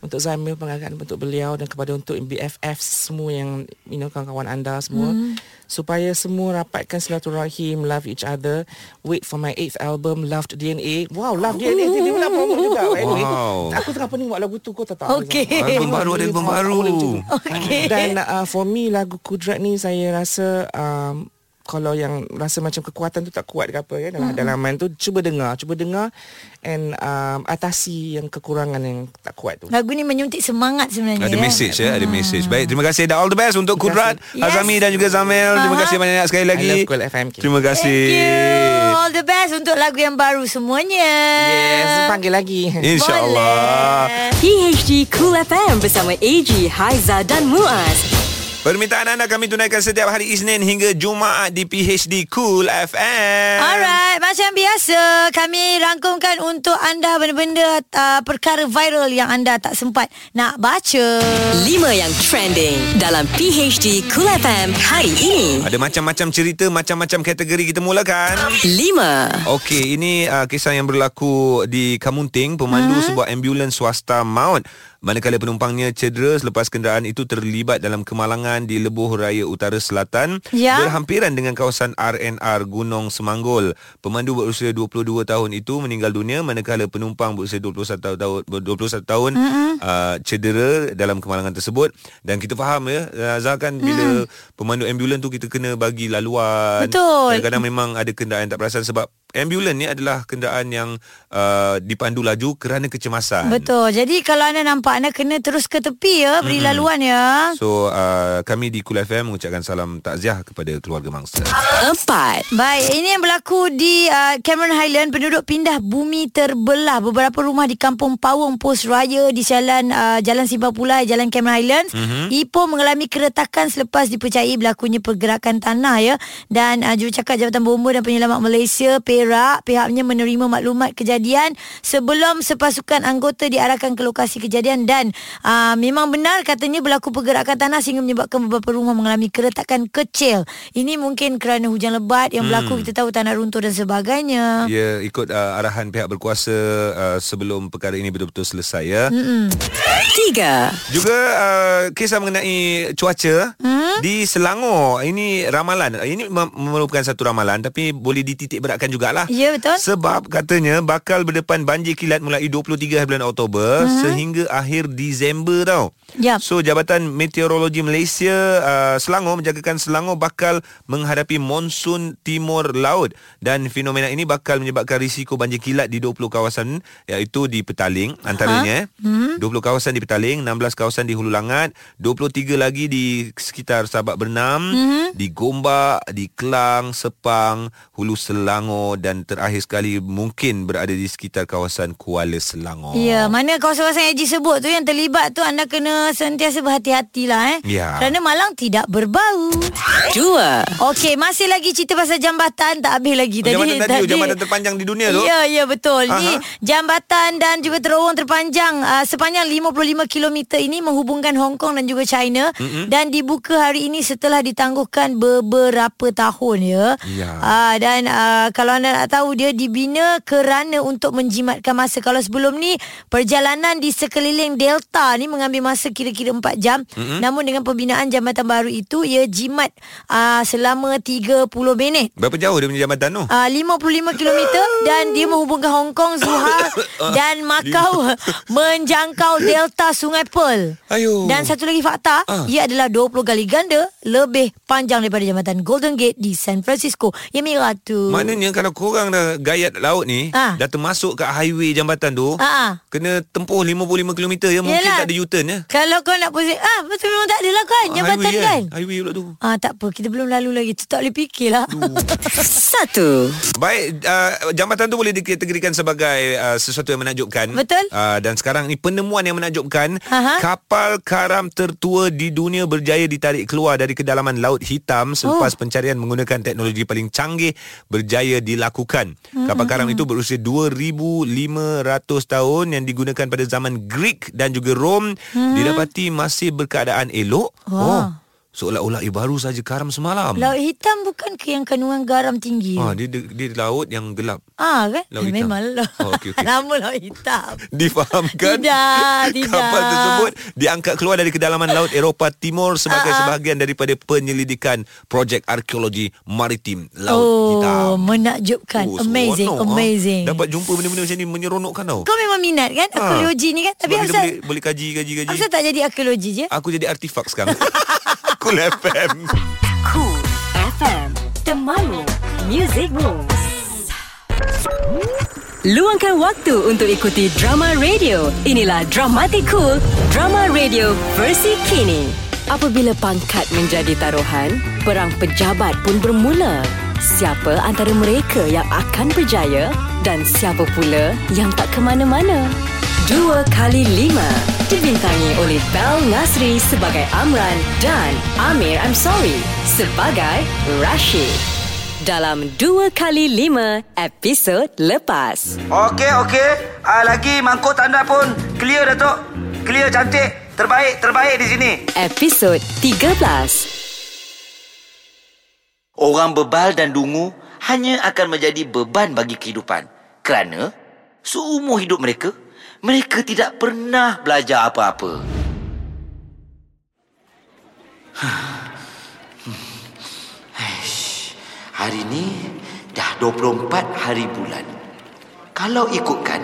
untuk Zamil penghargaan untuk beliau dan kepada untuk BFF semua yang you know kawan-kawan anda semua Hmm. supaya semua rapatkan silaturahim love each other wait for my eighth album loved DNA wow love DNA dia pula promote juga anyway Wow. aku tengah pening buat lagu tu kau tak tahu Okey. Album baru, ada album baru. Okey *laughs* dan uh, for me lagu Kudrat ni saya rasa um, kalau yang rasa macam kekuatan tu tak kuat ke apa kan dalam mm-hmm. dalaman tu cuba dengar, cuba dengar and um, atasi yang kekurangan yang tak kuat tu. Lagu ni menyuntik semangat sebenarnya Ada ya. message ya, ada message. Baik, terima kasih dan all the best untuk Kudrat, kasih. Azami Yes. dan juga Zamil. Terima Aha. kasih banyak sekali lagi. I love Cool FM. Terima kasih. Thank you All the best Untuk lagu yang baru semuanya Ah. Yes, panggil lagi. InsyaAllah Boleh. PHD Cool FM bersama AG, Haiza dan Muaz. Permintaan anda kami tunaikan setiap hari Isnin hingga Jumaat di PHD Cool FM Alright, macam biasa kami rangkumkan untuk anda benda-benda uh, perkara viral yang anda tak sempat nak baca. Lima yang trending dalam PHD Cool FM hari ini. Ada macam-macam cerita, macam-macam kategori kita mulakan Lima. Ah. Okey, ini uh, kisah yang berlaku di Kamunting Ah. Pemandu uh-huh. sebuah ambulans swasta maut Manakala penumpangnya cedera selepas kenderaan itu terlibat dalam kemalangan di Lebuh Raya Utara Selatan Ya. Berhampiran dengan kawasan RNR Gunung Semanggol Pemandu berusia 22 tahun itu meninggal dunia Manakala penumpang berusia 21 tahun, 21 tahun uh, cedera dalam kemalangan tersebut Dan kita faham ya, uh, Zah kan bila pemandu ambulans tu kita kena bagi laluan Mm. ya kan? Betul. Kadang-kadang kadang memang ada kenderaan tak perasan sebab ambulan ni adalah kenderaan yang uh, dipandu laju kerana kecemasan. Betul. Jadi kalau anda nampak anda kena terus ke tepi ya, beri laluan ya. So uh, kami di Kul FM mengucapkan salam takziah kepada keluarga mangsa. Ah. Empat. Baik, ini yang berlaku di uh, Cameron Highland. Penduduk pindah bumi terbelah. Beberapa rumah di Kampung Pawong Pos Raya di Jalan uh, Jalan Simpang Pulai, Jalan Cameron Highland. Mm-hmm. Ipoh mengalami keretakan selepas dipercayai berlakunya pergerakan tanah ya. Dan uh, jurucakap Jabatan Bomba dan Penyelamat Malaysia, P. Perak pihaknya menerima maklumat kejadian sebelum sepasukan anggota diarahkan ke lokasi kejadian dan uh, memang benar katanya berlaku pergerakan tanah sehingga menyebabkan beberapa rumah mengalami keretakan kecil. Ini mungkin kerana hujan lebat yang berlaku kita tahu tanah runtuh dan sebagainya. Ya, ikut uh, arahan pihak berkuasa uh, sebelum perkara ini betul-betul selesai ya. Mm-mm. 3. Juga uh, kisah mengenai cuaca hmm? di Selangor. Ini ramalan. Ini mem- merupakan satu ramalan tapi boleh dititik beratkan jugalah. Ya, betul. Sebab katanya bakal berdepan banjir kilat mulai 23 bulan Oktober hmm? sehingga akhir Disember tau. Yap. So Jabatan Meteorologi Malaysia uh, Selangor menjagakan Selangor bakal menghadapi monsun timur laut dan fenomena ini bakal menyebabkan risiko banjir kilat di 20 kawasan iaitu di Petaling antaranya Hmm. uh-huh. 20 kawasan di Petaling, 16 kawasan di Hulu Langat, 23 lagi di sekitar Sabak Bernam, Hmm. uh-huh. di Gombak, di Kelang, Sepang, Hulu Selangor dan terakhir sekali mungkin berada di sekitar kawasan Kuala Selangor. Ya, mana kawasan-kawasan yang Haji sebut tu yang terlibat tu anda kena sentiasa berhati-hatilah eh. Ya. Kerana Malang tidak berbau. 2. Okey, masih lagi cerita pasal jambatan tak habis lagi tadi. Jabatan tadi, tadi jabatan terpanjang di dunia tu. Ya, ya betul. Aha. Ni jambatan dan juga terowong terpanjang uh, sepanjang 55 km ini menghubungkan Hong Kong dan juga China mm-hmm. dan dibuka hari ini setelah ditangguhkan beberapa tahun ya. Ya. Uh, dan uh, kalau anda nak tahu dia dibina kerana untuk menjimatkan masa. Kalau sebelum ni perjalanan di sekeliling delta ni mengambil masa kira-kira 4 jam. Mm-hmm. Namun dengan pembinaan jambatan baru itu ia jimat uh, selama 30 minit. Berapa jauh dia punya jabatan tu? Uh, 55 km dan dia menghubungkan Hong Kong, *coughs* Zhuhai dan Macau *laughs* menjangkau delta Sungai Pearl. Ayuh. Dan satu lagi fakta, uh. Ah. ia adalah 20 kali ganda lebih panjang daripada jambatan Golden Gate di San Francisco. Yang merah tu. Maknanya kalau korang dah gayat laut ni Ah. Dah termasuk kat highway jambatan tu Ah, ah. Kena tempuh 55 km ya Mungkin Yelah. tak ada U-turn ya Kalau kau nak pusing, ah betul memang tak adalah kan jambatan Ah, highway, kan. Highway pula tu Ah tak apa, kita belum lalu lagi. Tu tak boleh fikirlah. 1. Baik, uh, jambatan tu boleh dikategorikan sebagai uh, sesuatu yang menakjubkan. Betul. Uh, dan sekarang ni penemuan yang menakjubkan, Aha. kapal karam tertua di dunia berjaya ditarik keluar dari kedalaman Laut Hitam selepas oh. pencarian menggunakan teknologi paling canggih berjaya dilakukan. Hmm, Kapal karam itu berusia 2500 tahun yang digunakan pada zaman Greek dan juga Rom. Didapati masih berkeadaan elok. Hmm. Wah. Oh, seolah-olah ia baru saja karam semalam. *laughs* Laut hitam bukan ke yang kandungan garam tinggi? Ah, dia, dia, dia laut yang gelap. Ah kan? Eh, Laut hitam. Memang lah. Oh, okey, okey. *laughs* Nama laut hitam. difahamkan Tidak, tidak. *laughs* kapal tersebut diangkat keluar dari kedalaman laut Eropah Timur sebagai Ah, uh sebahagian daripada penyelidikan projek arkeologi maritim laut hitam. Oh, menakjubkan. Oh, amazing, seronok, ah. amazing. Dapat jumpa benda-benda macam ni menyeronokkan tau. Kau memang minat kan arkeologi ni kan? Tapi Sebab kita asal boleh, boleh kaji kaji kaji. asal tak jadi arkeologi je? Aku jadi artifak sekarang. *laughs* Cool FM. Cool FM Temanmu Music Rules Luangkan waktu untuk ikuti drama radio. Inilah Dramatic Cool, drama radio versi kini. Apabila pangkat menjadi taruhan, perang pejabat pun bermula. Siapa antara mereka yang akan berjaya dan siapa pula yang tak ke mana-mana? Dua kali lima dibintangi oleh Bel Nasri sebagai Amran dan Amir I'm Sorry sebagai Rashid. Dalam dua kali lima episod lepas. Okey, okey. Ah, lagi mangkuk anda pun clear, Datuk. Clear, cantik. Terbaik, terbaik di sini. episod 13. Orang bebal dan dungu hanya akan menjadi beban bagi kehidupan. Kerana seumur hidup mereka, mereka tidak pernah belajar apa-apa. *sighs* Aish, Hari ni dah 24 hari bulan. Kalau ikutkan,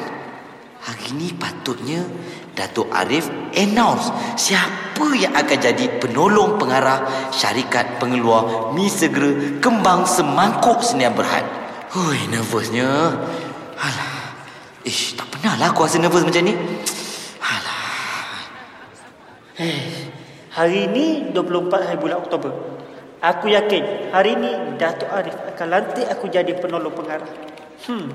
hari ni patutnya Datuk Arif announce siapa yang akan jadi penolong pengarah syarikat pengeluar Mi Segera Kembang Semangkuk Senian Berhad. Hui, nervousnya. Alah. Ish, tak pernahlah aku rasa nervous macam ni. Alah. Hari ini 24 hari bulan Oktober. Aku yakin hari ini Datuk Arif akan lantik aku jadi penolong pengarah. Hmm.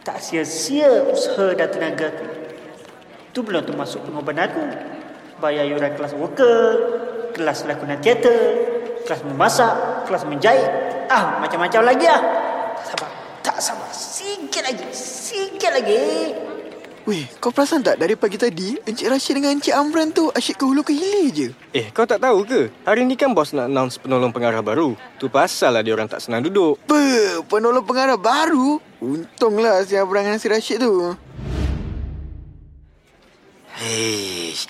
Tak sia-sia usaha dan tenaga aku. Itu belum termasuk pengorbanan aku. Bayar yuran kelas worker, kelas lakonan teater, kelas memasak, kelas menjahit. Ah, macam-macam lagi ah. Tak sabar. tak sabar. Sikit lagi. Sikit lagi. Weh, kau perasan tak dari pagi tadi, Encik Rashid dengan Encik Amran tu asyik ke hulu ke hilir je? Eh, kau tak tahu ke? Hari ni kan bos nak announce penolong pengarah baru. Tu pasal lah dia orang tak senang duduk. Apa? Penolong pengarah baru? Untunglah si Amran dengan si Rashid tu. Heish,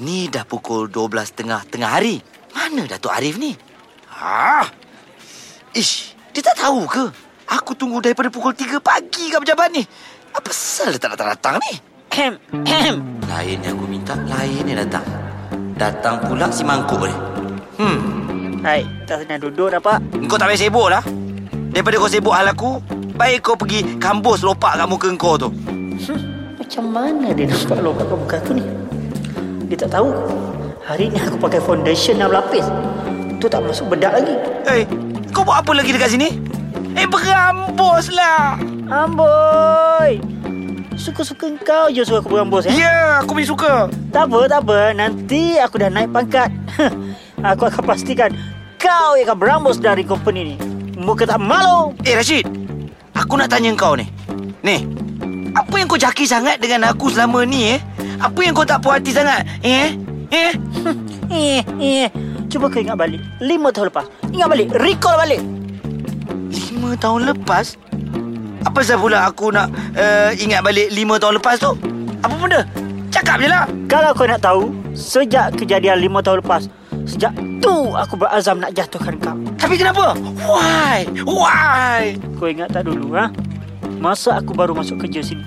ni dah pukul 12 tengah tengah hari. Mana Datuk Arif ni? Ha? Ish, dia tak tahu ke? Aku tunggu daripada pukul 3 pagi kat pejabat ni. Apa sal dia tak datang-datang ni? Ahem, ahem. Lain yang aku minta, lain yang datang. Datang pula si mangkuk ni. Hmm, Hai, tak senang duduk dah, Pak. kau tak payah sibuk lah. Daripada kau sibuk hal aku, baik kau pergi kampus lopak kat muka kau tu. Macam mana dia nampak lubang kat muka aku ni? Dia tak tahu. Hari ni aku pakai foundation 6 lapis. Tu tak masuk bedak lagi. Hei, Eh, kau buat apa lagi dekat sini? Eh, berambus lah. Amboi! Suka-suka kau je suruh aku berambus, Ya, eh? yeah, aku punya suka. Tak apa, tak apa. Nanti aku dah naik pangkat. *laughs* aku akan pastikan kau yang akan berambus dari company ni. Muka tak malu. Eh Rashid Aku nak tanya kau ni Ni Apa yang kau jaki sangat dengan aku selama ni eh Apa yang kau tak puas hati sangat Eh Eh Eh, eh. Cuba kau ingat balik. Lima tahun lepas. Ingat balik. Recall balik. Lima tahun lepas Apa sebab pula aku nak uh, Ingat balik lima tahun lepas tu Apa benda Cakap je lah Kalau kau nak tahu, sejak kejadian lima tahun lepas, sejak tu aku berazam nak jatuhkan kau. Tapi kenapa Why Why Kau ingat tak dulu, ha? Masa aku baru masuk kerja sini.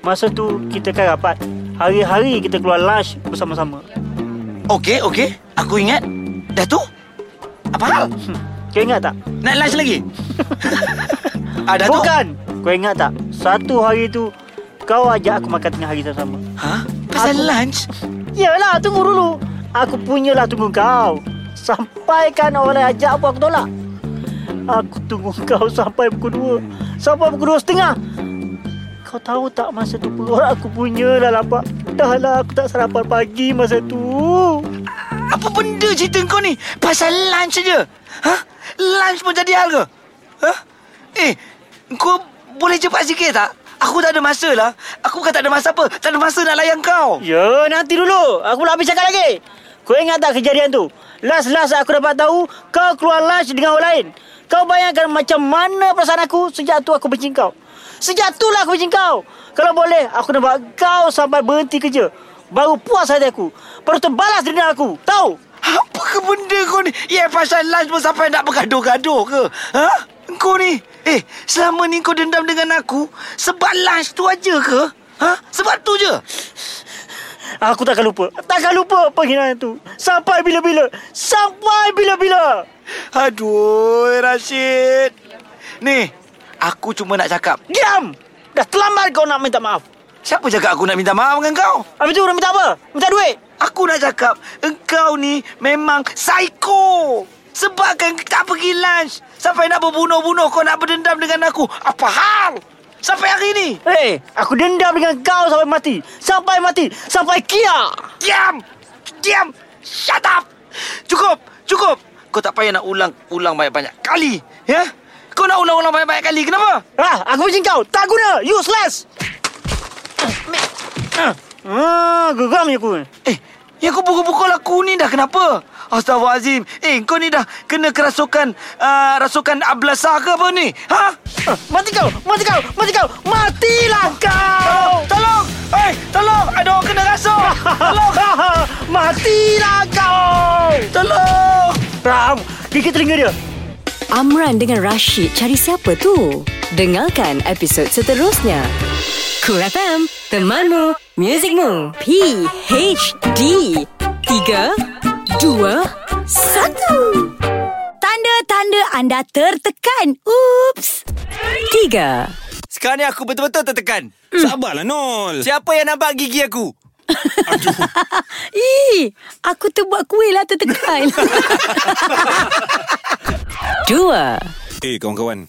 Masa tu kita kan rapat. Hari-hari kita keluar lunch bersama-sama. Okey okey Aku ingat Dah tu Apa hal Hmm. Kau ingat tak? Nak lunch lagi *laughs* ah, Datuk? Bukan. Kau ingat tak? Satu hari tu kau ajak aku makan tengah hari sama-sama. Ha? Pasal Aku- lunch Yalah, tunggu dulu. Aku punyalah tunggu kau. Sampaikan orang lain ajak pun aku tolak. Aku tunggu *laughs* kau sampai pukul 2. Sampai pukul 2 setengah. Kau tahu tak masa tu perut aku punya dah lapak. Dah lah aku tak sarapan pagi masa tu. Apa benda cerita kau ni? Pasal lunch je. Ha? Lunch pun jadi hal ke? Ha? Eh, kau boleh cepat sikit tak? Aku tak ada masa lah. Aku bukan tak ada masa apa. Tak ada masa nak layan kau. Ya, nanti dulu. Aku belum habis cakap lagi. Kau ingat tak kejadian tu? Last-last aku dapat tahu kau keluar lunch dengan orang lain. Kau bayangkan macam mana perasaan aku sejak tu aku benci kau. Sejak tu lah aku benci kau. Kalau boleh, aku nak buat kau sampai berhenti kerja. Baru puas hati aku. Baru terbalas dendam aku. Tahu? Apa ke benda kau ni? Ya, yeah, pasal lunch pun sampai nak bergaduh-gaduh ke? Ha? Kau ni? Eh, selama ni kau dendam dengan aku sebab lunch tu aja ke? Ha? Sebab tu je? Aku takkan lupa. Takkan lupa penghinaan tu. Sampai bila-bila. Sampai bila-bila. Aduh, Rashid. Ni, aku cuma nak cakap. Diam! Dah terlambat kau nak minta maaf. Siapa cakap aku nak minta maaf dengan kau? Habis tu nak minta apa? Minta duit? Aku nak cakap Engkau ni memang psycho Sebabkan tak pergi lunch Sampai nak berbunuh-bunuh Kau nak berdendam dengan aku Apa hal? Sampai hari ni Hei, aku dendam dengan kau sampai mati. Sampai mati. Sampai kia. Diam Diam Shut up Cukup Cukup Kau tak payah nak ulang-ulang banyak-banyak kali Ya? Kau nak ulang-ulang banyak-banyak kali Kenapa? Ah, aku benci kau. Tak guna. Useless. Ah, geram je aku. ni. Eh Yang kau pukul-pukul aku ni dah kenapa? Astaghfirullahalazim. Eh, kau ni dah kena kerasukan uh, rasukan ablasah ke apa ni? Ha? Ah, Mati kau. Mati kau. Mati kau. Matilah kau. Tolong! Hei, tolong! Ada orang kena rasuk! Tolong! *laughs* Matilah kau. Tolong! Ram, gigit telinga dia. Amran dengan Rashid cari siapa tu? Dengarkan episod seterusnya. Cool FM, temanmu, muzikmu. PHD 3 2 1 Tanda-tanda anda tertekan. Oops. 3 Sekarang ni aku betul-betul tertekan. Hmm. Sabarlah Nol. Siapa yang nampak gigi aku? Ih, aku terbuat kuih *laughs* lah tertekan. 2 Eh kawan-kawan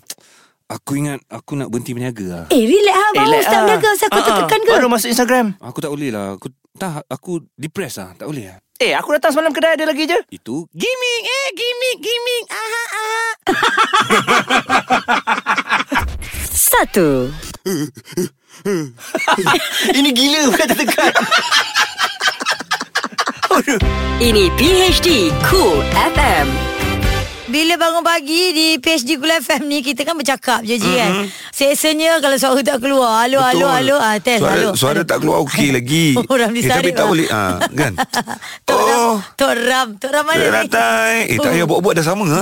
Aku ingat Aku nak berhenti berniaga lah eh, relax lah. Baru Relax start lah. berniaga. Saya Ah, ah. aku Kan tertekan ke? Baru masuk Instagram. Aku tak boleh lah Aku tak Aku depressed lah Tak boleh lah Eh, aku datang semalam kedai ada lagi je. Itu Gimik, eh, gimik, gimik. Aha, aha. Satu. *laughs* Ini gila pula *laughs* tertekan. Ini PHD Cool FM. Bila bangun pagi di PhD Kul FM ni Kita kan bercakap je Ji mm-hmm. kan Sesanya kalau suara tak keluar Halo, halo, halo ah, Test, suara, halo Suara halo. tak keluar okey lagi *laughs* Orang ni eh, sarik Tapi tak lah. boleh ha, Kan *laughs* Tok Ram Oh Tok Ram Tok Ram mana ni? Ratai Eh tak payah buat-buat dah sama *laughs* ha?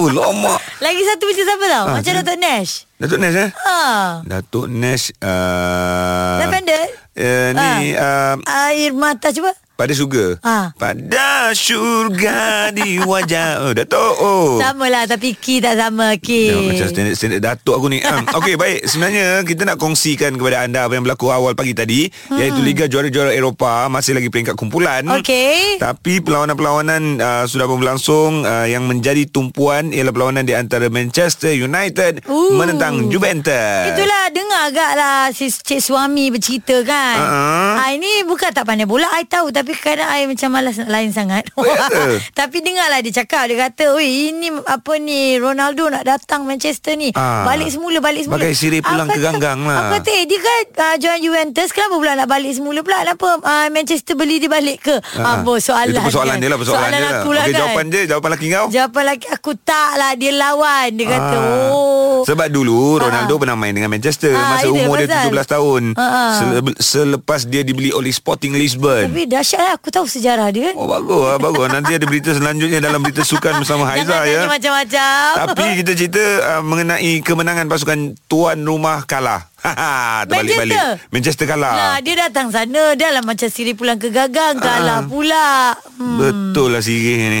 Oh lama Lagi satu macam siapa tau Ah, Macam jadi- Dato' Nash Datuk Nash eh Ha Datuk Nash uh, Lavender uh, Ni uh, Air mata cuba Pada syurga Ah. Pada syurga di wajah *laughs* oh, Datuk oh. Sama lah Tapi Ki tak sama Ki Tengok macam standard, standard datuk aku *laughs* ni um, Okey baik Sebenarnya kita nak kongsikan kepada anda Apa yang berlaku awal pagi tadi hmm. Iaitu Liga Juara-Juara Eropah Masih lagi peringkat kumpulan Okey. Tapi perlawanan-perlawanan uh, Sudah pun berlangsung uh, Yang menjadi tumpuan Ialah perlawanan di antara Manchester United Ooh. Menentang Juventus Itulah dengar agak lah si cik suami bercerita kan. Uh-uh. I ni bukan tak pandai bola, I tahu tapi kadang I macam malas nak lain sangat. ya *laughs* tapi dengarlah dia cakap, dia kata, "Oi, ini apa ni Ronaldo nak datang Manchester ni. Ah. Balik semula, balik semula." Bagai sirih pulang Aku ke kata- ganggang lah. Aku kata, "Eh, dia kan uh, join Juventus, kenapa pula nak balik semula pula? Kenapa uh, Manchester beli dia balik ke?" Ah, uh, soalan. Itu persoalan kan. dia lah Persoalan, soalan dia lah aku lah Okey kan. jawapan dia Jawapan lelaki kau Jawapan lelaki aku tak lah Dia lawan Dia kata Ah. oh Sebab dulu Ronaldo pernah main dengan Manchester Ah, masa itu umur dia pasal. 17 tahun. Ah. Sele- Selepas dia dibeli oleh Sporting Lisbon. Tapi dahsyat lah Aku tahu sejarah dia Oh bagus ah, bagus. Nanti ada berita selanjutnya dalam berita sukan bersama Haiza Jangan ya. tanya macam-macam *laughs* Tapi kita cerita uh, mengenai kemenangan pasukan tuan rumah kalah. Haha, *laughs* terbalik-balik. Manchester. Manchester kalah. Nah, dia datang sana Dah lah macam siri pulang ke Ah, gagang Kalah pula hmm. Betul lah *laughs* sirih ni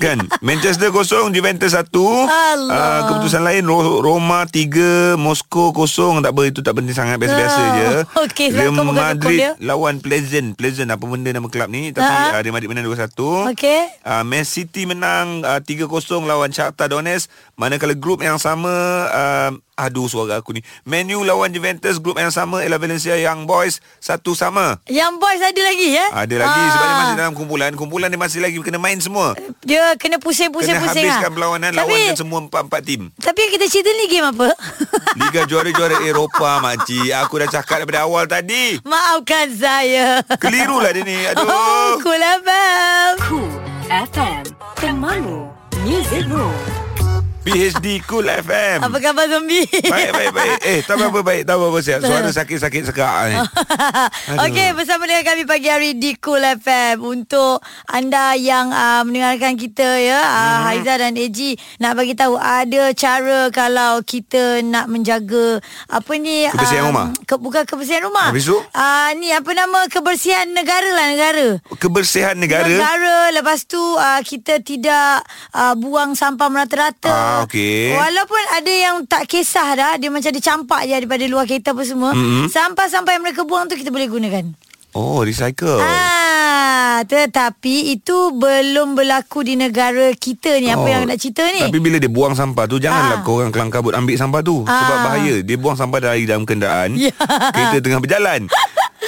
Kan Manchester kosong Juventus satu Allah. Ah, Keputusan lain Ro- Roma tiga Moskow kosong Tak apa itu tak penting sangat Biasa-biasa Ah, je okey, sebab Real kau bukan sokong Madrid dia. lawan Pleasant Pleasant apa benda nama kelab ni Tapi Ah. uh, Real Madrid menang 2-1 Okey. uh, Man City menang uh, 3-0 lawan Shakhtar Donetsk Manakala grup yang sama uh, Aduh suara aku ni Man U lawan Juventus Grup yang sama Ella Valencia Young Boys Satu sama Yang boys ada lagi ya ada lagi sebab dia Ah. masih dalam kumpulan Kumpulan dia masih lagi kena main semua Dia kena pusing-pusing Kena pusing, ah. habiskan perlawanan Tapi- Lawankan semua empat-empat tim Tapi yang kita cerita ni game apa? Liga juara-juara Eropah Ah, makcik Aku dah cakap daripada awal tadi *laughs* Maafkan saya Kelirulah dia ni *laughs* Oh, Aduh cool abang Cool FM. Temanmu. Music Room. PhD Cool FM *laughs* Apa khabar zombie? Baik, baik, baik Eh, tak apa-apa baik Tak apa-apa sihat Suara sakit-sakit eh. sekak ni Ah. Okey, bersama dengan kami pagi hari di Cool FM untuk anda yang uh, mendengarkan kita ya, uh, Haiza dan Eji nak bagi tahu ada cara kalau kita nak menjaga apa ni ah, Kebersihan rumah? Ke, bukan kebersihan rumah. Habis tu? Uh, ni apa nama kebersihan negara lah negara. Kebersihan negara Negara Lepas tu uh, Kita tidak uh, Buang sampah merata-rata Ah, okey. Walaupun ada yang Tak kisah dah Dia macam dicampak je Daripada luar kereta apa semua mm-hmm. Sampah-sampah yang mereka buang tu Kita boleh gunakan Oh, recycle Ah, Tetapi Itu belum berlaku Di negara kita ni Apa Oh, yang nak cerita ni Tapi bila dia buang sampah tu Eh. Janganlah Ah. korang kelang kabut Ambil sampah tu Sebab Ah. bahaya Dia buang sampah dari dalam kenderaan Ya. Kereta tengah *laughs* berjalan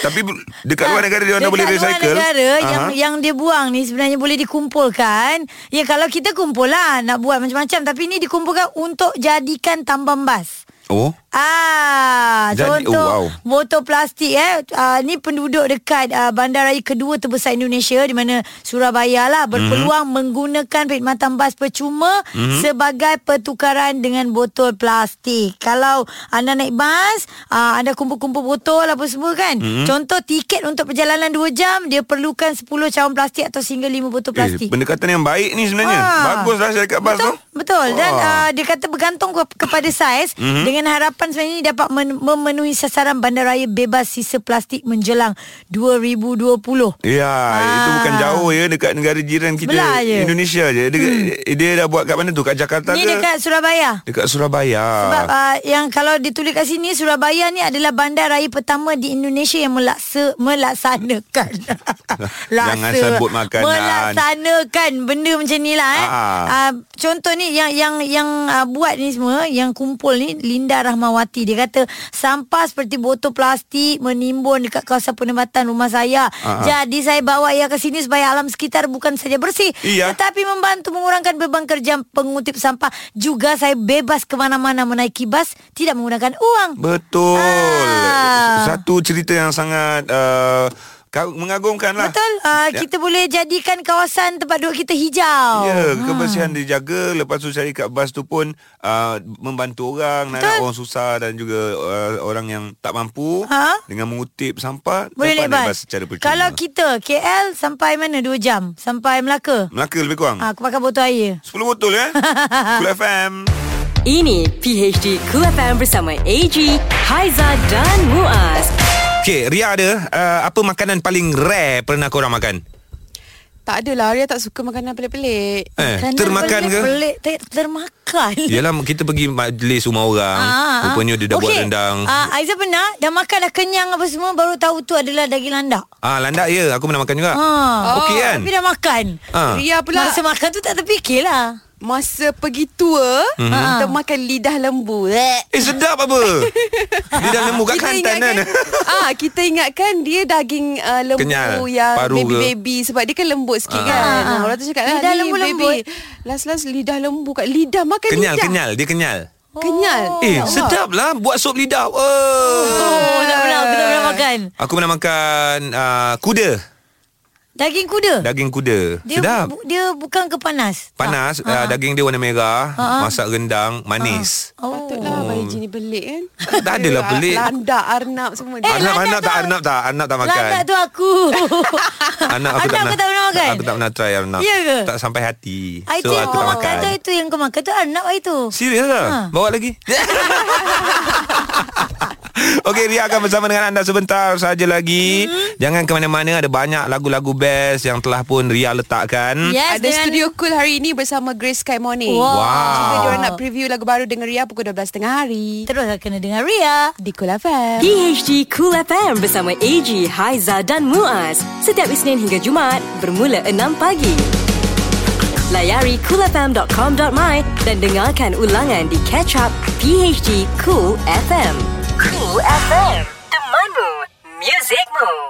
Tapi dekat luar negara Dia orang dah boleh Ah, Dekat luar recycle negara yang Aha. yang dia buang ni sebenarnya boleh dikumpulkan. Ya kalau kita kumpul lah nak buat macam-macam tapi ni dikumpulkan untuk jadikan tambang bas. Oh Ah, Jadi- contoh oh, wow. oh, wow. botol plastik eh. Ah, ni penduduk dekat ah, bandaraya kedua terbesar Indonesia di mana Surabaya lah berpeluang Mhm. mm-hmm. menggunakan perkhidmatan bas percuma mm-hmm. sebagai pertukaran dengan botol plastik. Kalau anda naik bas, ah, anda kumpul-kumpul botol apa semua kan. Mhm. Mm-hmm. Contoh tiket untuk perjalanan 2 jam dia perlukan 10 cawan plastik atau sehingga 5 botol eh, plastik. Pendekatan yang baik ni sebenarnya Ah. Baguslah syarikat lah bas Betul, tu Ah. betul. Dan Wah. uh, dia kata bergantung ke- kepada saiz Mhm. mm-hmm. dengan harapan sebenarnya ini dapat men- memenuhi sasaran bandaraya bebas sisa plastik menjelang 2020. Ya, Ah. itu bukan jauh ya dekat negara jiran kita Belah je. Indonesia je. Dia, hmm. dia dah buat kat mana tu? Kat Jakarta Ni ke? dekat Surabaya. dekat Surabaya. Sebab Ah. uh, yang kalau ditulis kat sini Surabaya ni adalah bandaraya pertama di Indonesia yang melaksa, *laughs* melaksanakan Jangan sebut makanan. Melaksanakan benda macam ni lah eh. Ah. Uh, contoh ni ni yang yang yang uh, buat ni semua, yang kumpul ni Linda Rahmawati. Dia kata sampah seperti botol plastik menimbun dekat kawasan penempatan rumah saya. Ah, ah. Jadi saya bawa ia ke sini supaya alam sekitar bukan saja bersih Iya. tetapi membantu mengurangkan beban kerja pengutip sampah. Juga saya bebas ke mana-mana menaiki bas tidak menggunakan uang. Betul. Ah. Satu cerita yang sangat uh, ka- mengagumkan lah. Betul? Uh, kita boleh jadikan kawasan tempat duduk kita hijau. Ya, kebersihan dijaga. Lepas tu cari kat bas tu pun uh, membantu orang, nak Betul. orang susah dan juga uh, orang yang tak mampu Ha? dengan mengutip sampah Boleh dapat naik bas. secara percuma. Kalau kita KL sampai mana 2 jam? Sampai Melaka. Melaka lebih kurang. Ah, aku pakai botol air. 10 botol *laughs* eh. Cool FM. Ini PHD Cool FM bersama AG, Haiza dan Muaz. Okay, Ria ada uh, apa makanan paling rare pernah korang makan? Tak adalah Arya tak suka makanan pelik-pelik Eh, Kerana termakan pelik, ke? Pelik, ter- termakan. Yalah kita pergi majlis rumah orang. *laughs* Ah, Rupanya dia dah buat Okey. rendang. Ah, Aizah pernah dah makan dah kenyang apa semua baru tahu tu adalah daging landak. Ah, landak ya, aku pernah makan juga. Ah. Okey kan? Tapi dah makan. Ah. Ria pula Masa Masa, makan tu tak lah. Ha, terfikirlah. masa pergi tua Mhm. mm-hmm. Kita Ah. makan lidah lembu Bleh. Eh sedap *laughs* apa? dia dah nemu kat Kelantan kan. ah kita ingatkan dia daging uh, lembu Oh, Kenyal, ya, yang paru baby ke? baby sebab dia kan lembut sikit Ah. kan. Ah. Ah, orang tu cakap Lidah lidah lembu lembu lembut. baby. Last last lidah lembu kat lidah makan Kenyal, lidah. kenyal, dia kenyal. Kenyal. Eh, sedap lah buat sop lidah. Oh. Oh, nak pernah aku tak pernah makan. Aku pernah makan uh, kuda, Daging kuda. daging kuda. Dia sedap. bu- Ha, dia bukan ke panas. Panas, uh, daging dia warna merah, Ha, masak rendang, *laughs* manis. Oh. Patutlah bayi jenis belik kan. Tak adalah pelik. Landak, arnab semua. Eh, Arnab, landak arnab tu- tak, arnab tak, arnab tak makan. Landak tu aku. *laughs* Anak aku Arnab tak, kau tak pernah makan? Aku tak pernah try arnab. Ya ke? Tak sampai hati. Ah, Itu so yang aku kau tak makan. makan. tu Itu yang kau makan tu Arnab lah itu Serius lah Ha. Bawa *laughs* lagi *laughs* Okey Ria akan bersama dengan anda sebentar saja lagi mm-hmm. Jangan ke mana-mana Ada banyak lagu-lagu best Yang telah pun Ria letakkan Yes Ada studio cool hari ini bersama Grace Sky Morning. Wow. Juga diorang nak preview lagu baru dengan Ria pukul 12.30 hari. Terus akan kena dengar Ria Di Cool FM. PHD Cool FM bersama AG, Haiza dan Muaz. Setiap Isnin hingga Jumaat bermula 6 pagi. Layari coolfm.com.my dan dengarkan ulangan di Catch Up PHD Cool FM. Cool FM, temanmu, muzikmu.